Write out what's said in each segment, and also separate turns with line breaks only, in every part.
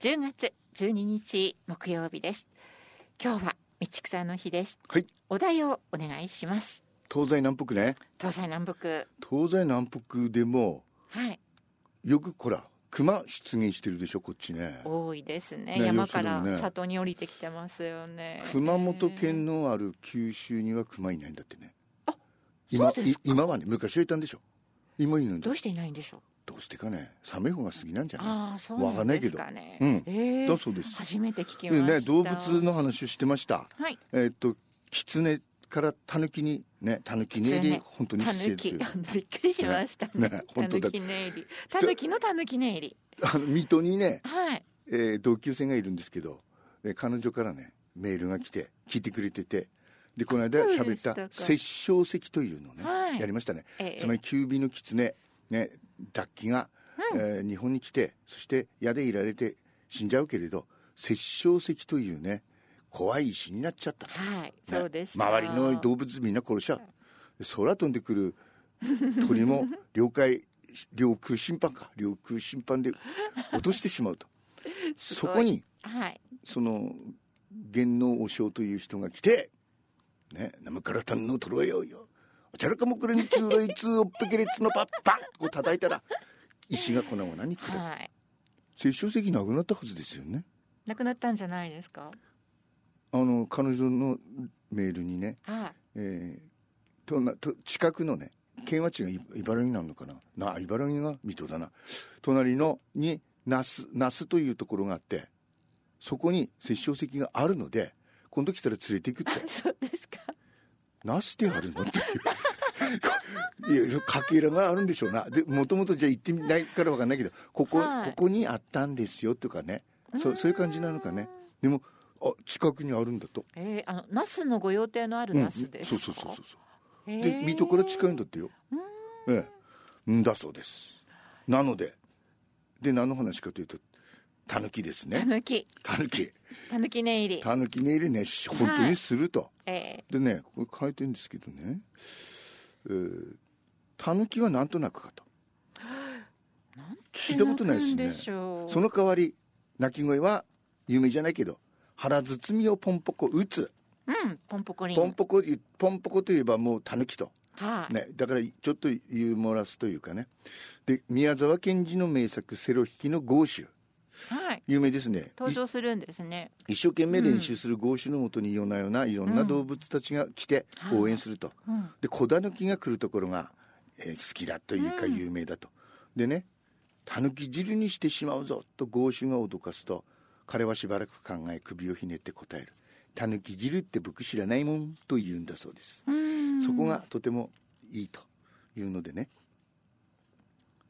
10月12日木曜日です今日は道草の日です
はい
お題をお願いします
東西南北ね
東西南北
東西南北でも
はい
よくほら熊出現してるでしょこっちね
多いですね
ね
山から
要するにね
里に降りてきてますよね
熊本県のある九州には熊いないんだってね
あ
今
そうですか
い今はね昔はいたんでしょ今いるんだ
どうしていないんでしょう
どうしてかね寒い方が好きなんじゃな
ああそうなんですかね
わかんないけ
え
い
え
だそうです
初めて聞きました、
ね動物の話をしてました
はい
えーっと狐からタヌキにねタヌキネイリ
狐
本当に
た
して
ぬ
ると
き
いう
びっくりしましたね
ねね本当だ
たぬきね入りたぬきのたぬきね入り
あの水戸にね、
はい
えー同級生がいるんですけど、えー彼女からねメールが来て聞いてくれててでこの間
そうで
喋っ
した
た
か
殺生石というのをね、
はい
やりましたね、
ええ
つまり九尾の狐ね脱皮が、えー日本に来てそして矢でいられて死んじゃうけれど殺生石というね怖い石になっちゃったと
はい
ね
そうでした
周りの動物みんな殺しちゃう空飛んでくる鳥も領海領空侵犯か領空侵犯で落としてしまうと
す
そ
ごい
こに
はい
その元能和尚という人が来て「ねナムから堪能取ろえようよ」「おちゃらかもくれんきゅうろいつおっぺけれつのパッパン」こう叩いたら石が粉々に砕く
はい
殺生石なくなったはずですよね
なくなったんじゃないですか
あの彼女のメールにね
は
えーとなと近くのね県は違うい茨城なのかなな茨城が水戸だな隣のに那須那須というところがあってそこに殺生石があるので今度来たら連れて行くって
いそうですか
なしてあるのっていう いやかけらがあるんでしょうなでもともとじゃあ行ってみないからわかんないけどここ、
はい
ここにあったんですよとかねそそういう感じなのかねでもあ近くにあるんだと、
えー、あのナスのご予定のある
うん、
ナ
そう
スですか、
そうそうそうそう
へー
で水戸から近いんだってよ。ええ、んだそうです。なので、で何の話かというと、たぬきです
た
ね。
ぬき
たぬき、
たぬきね入り
たぬきね入れね、し本当にすると。
え
でね、これ書いてるんですけどね。えーたぬきはなんとなくかと。
ー、 なんて
聞いたことないですね
泣くんしょう
その代わり、鳴き声は有名じゃないけど、腹包みをポンポコ打つ。
うんポンポコリン
ポンポコ、ポンポコといえばもうたぬきと。
はい、
ね、だからちょっとユーモラスというかねで宮沢賢治の名作「セロ引きの豪州
はい」
有名ですね
登場するんですね
い一生懸命練習する豪州のもとに夜な夜ないろんな動物たちが来て
うん
応援すると、
うん
で小狸が来るところが、えー好きだというか有名だと、でね「狸汁にしてしまうぞ」と豪州が脅かすと彼はしばらく考え首をひねって答える「狸汁って僕知らないもん」と言うんだそうです
うん
そこがとてもいいというのでね。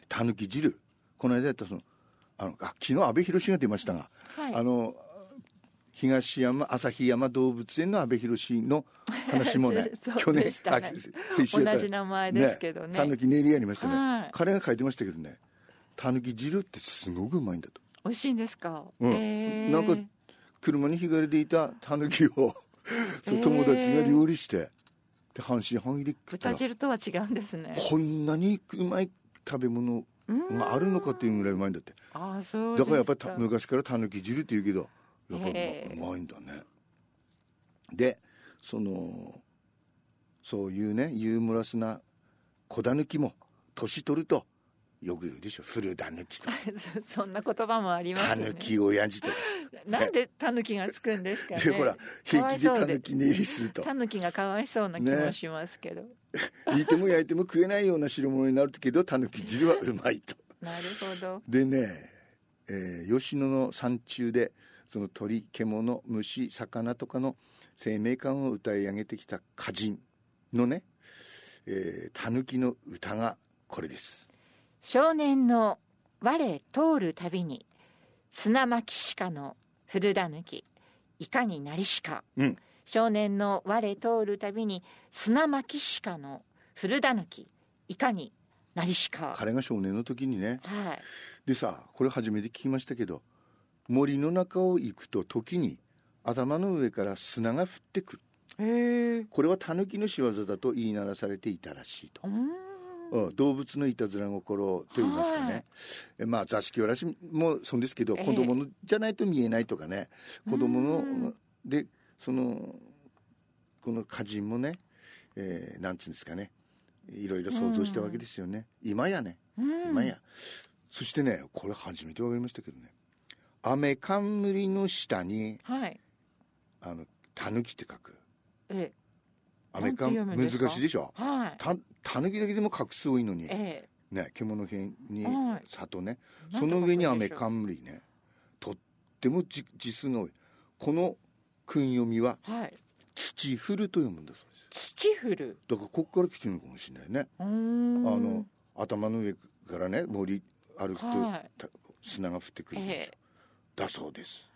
たぬき汁。この間やったその、あの、あ昨日安倍博が出ましたが、
はい
あの、東山、旭山動物園の安倍博の話もね、
そうでしたね
あ先週やった
同じ名前ですけどね
たぬき練りやりました
はい
ね。彼が書いてましたけどね、たぬき汁ってすごくうまいんだと。
美味しいんですか、
うん
えー
なんか車に日帰りでいたたぬ きを、そう
えー
友達が料理して、で半信半疑で食った
豚
ら
汁とは違うんですね
こんなにうまい食べ物があるのかっていうぐらいうまいんだって
ああそう
だからやっぱ
です
りた昔からたぬき汁って言うけどやっぱ
へえ
りうまうまいんだねでそのそういうねユーモラスな小だぬきも年取るとよく言うでしょ古だぬきと
そそんな言葉もありま
た
すね
ぬき親父と
なんでタヌキがつくんですかね
でほら平気でたぬき練りすると
タヌキがかわいそうな気も
ね
しますけど、
煮ても焼いても食えないような代物になるけどたぬき汁はうまいと。
なるほど
でね、えー吉野の山中でその鳥獣虫魚とかの生命感を歌い上げてきた歌人のね「えー、たぬきの歌」がこれです。
少年の我通るたびに砂巻鹿の古だぬきいかになりしか
うん、
少年の我通るたびに砂巻鹿の古だぬきいかになりしか
彼が少年の時にね
はい
でさこれ初めて聞きましたけど森の中を行くと時に頭の上から砂が降ってくる
へえ
これはたぬきの仕業だと言いならされていたらしいと
う。ん
うん動物のいたずら心と言いますか
はい
ね、えまあ座敷わらしもそうですけど、
ええ
子供のじゃないと見えないとかね子供
う
の
ん
でそのこの歌人もね、えーなんつうんですかねいろいろ想像したわけですよね、今やね
うん
今や、そしてねこれ初めて分かりましたけどね雨冠の下に
はい
あの狸って書く
え
雨
なんて読むん
冠
ですか
難しいでしょ
えはい
た狸だけでも画数多いのに
え
ね獣編に
はい
里ね
え
その上に
なん
雨
て書くんでしょう
冠ねとってもじ字数の多いこの訓読みは
はい
土降ると読むんだそうです
土降る
だからここから来てるのかもしれないね、
あ
あ
の
の頭の上からね森歩くと
はい
た砂が降ってくるんでしょ、
え
だそうです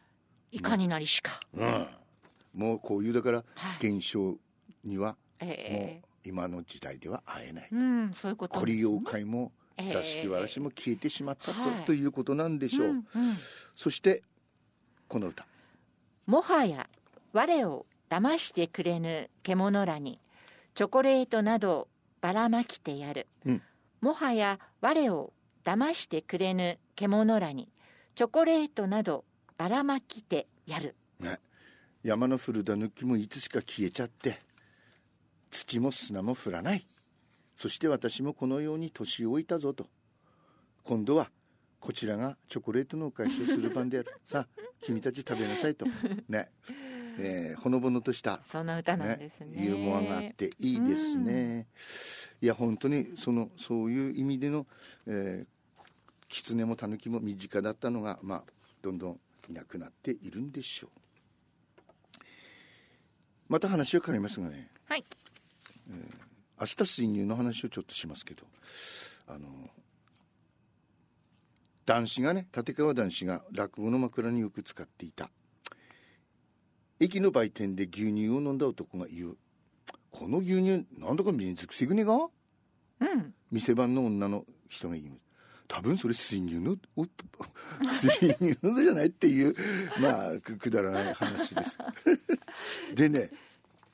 いかになりしか
うんもうこういうだから
はい
現象にはも
ええ
う今の時代では会えない、
うんそういうこと
コリ妖怪も
ええ
座敷わらしも消えてしまったぞ、
はい
ということなんでしょう、
うんうん
そしてこの歌
もはや我を騙してくれぬ獣らにチョコレートなどばらまきてやる、
うん
もはや我を騙してくれぬ獣らにチョコレートなどばらまきてやる
ね山の降るだぬきもいつしか消えちゃって土も砂も降らないそして私もこのように年老いたぞと今度はこちらがチョコレートのお返しをする番であるさあ君たち食べなさいとね、えーほのぼのとした
そんな歌なんですね
ユーモアがあっていいですね、いや本当にそのそういう意味での、えーキツネもタヌキも身近だったのがまあどんどんいなくなっているんでしょうまた話は変わりますがね
はい
明日水入の話をちょっとしますけどあの男子がね立川男子が落語の枕によく使っていた駅の売店で牛乳を飲んだ男が言う「この牛乳なんだか水くせぐねが?
うん」
店番の女の人が言う多分それ水乳のお水乳のじゃないっていう まあくくだらない話です でね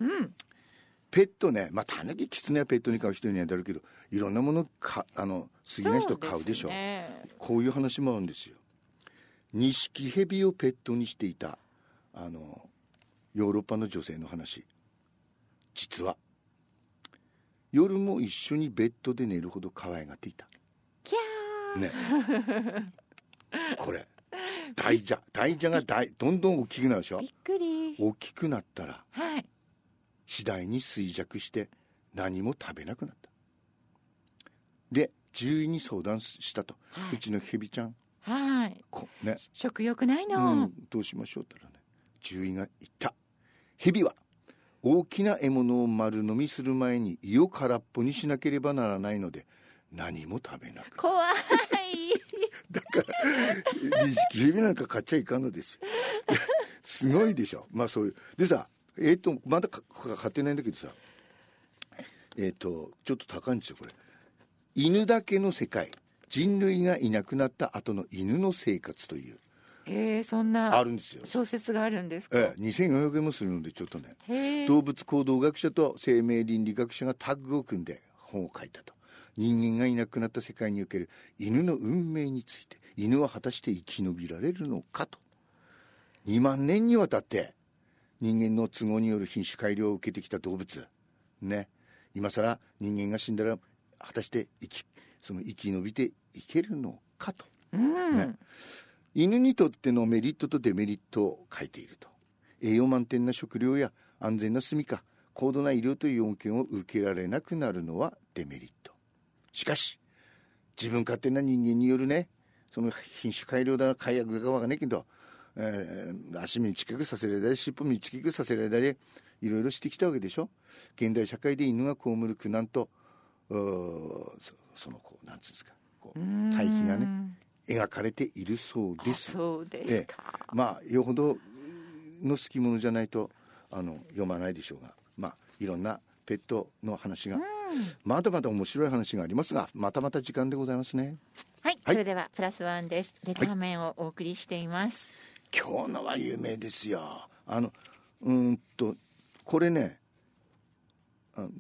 うん
ペットねまあタヌキキツネはペットに飼う人にはだるけどいろんなものかあの好きな人買うでし
そ
ょ
ね
こういう話もあるんですよ錦蛇をペットにしていたあのヨーロッパの女性の話実は夜も一緒にベッドで寝るほど可愛がっていた
キャ
ねこれ大蛇大蛇が大どんどん大きくなるでし
ー
ょ
びっくり
大きくなったら
はい
次第に衰弱して何も食べなくなったで獣医に相談したと、
は
う
い
ちの蛇ちゃん
はい
こね
食欲ないの、
うん、どうしましょうって言ったらね獣医が言った蛇は大きな獲物を丸飲みする前に胃を空っぽにしなければならないので何も食べなく
怖い
錦蛇なんか買っちゃいかんのですよすごいでしょまあそういうでさえっ、とまだかか買ってないんだけどさえっ、とちょっと高いんですよこれ犬だけの世界人類がいなくなった後の犬の生活という
へえそん
あ
な
るんですよ、
小説があるんですか、
ええ、2400円もするのでちょっとね
へえ
動物行動学者と生命倫理学者がタッグを組んで本を書いたと人間がいなくなった世界における犬の運命について犬は果たして生き延びられるのかと2万年にわたって人間の都合による品種改良を受けてきた動物ね今さら人間が死んだら果たして生きその生き延びていけるのかと
うん、
ね犬にとってのメリットとデメリットを書いていると栄養満点な食料や安全な住みか高度な医療という恩恵を受けられなくなるのはデメリットしかし自分勝手な人間によるねその品種改良だ改悪だかわかんないけど、えー足短くさせられたり尻尾短くさせられたりいろいろしてきたわけでしょ現代社会で犬が被る苦難とうーそそのこうなんつうんですかこう対比がね
ね
描かれているそうです
そうですか、
まあよほどの好き者じゃないとあの読まないでしょうがまあいろんなペットの話が、まだまだ面白い話がありますがまたまた時間でございますね
はい、
はい
それではプラスワンですレター面をお送りしています、
今日のは有名ですよあのうーんとこれねあの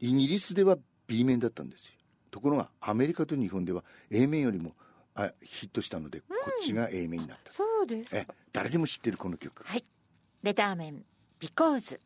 イギリスでは B 面だったんですよところがアメリカと日本では A 面よりもあヒットしたのでこっちが A 面になった、
そうです
え誰でも知ってるこの曲
レターメン「ビコーズ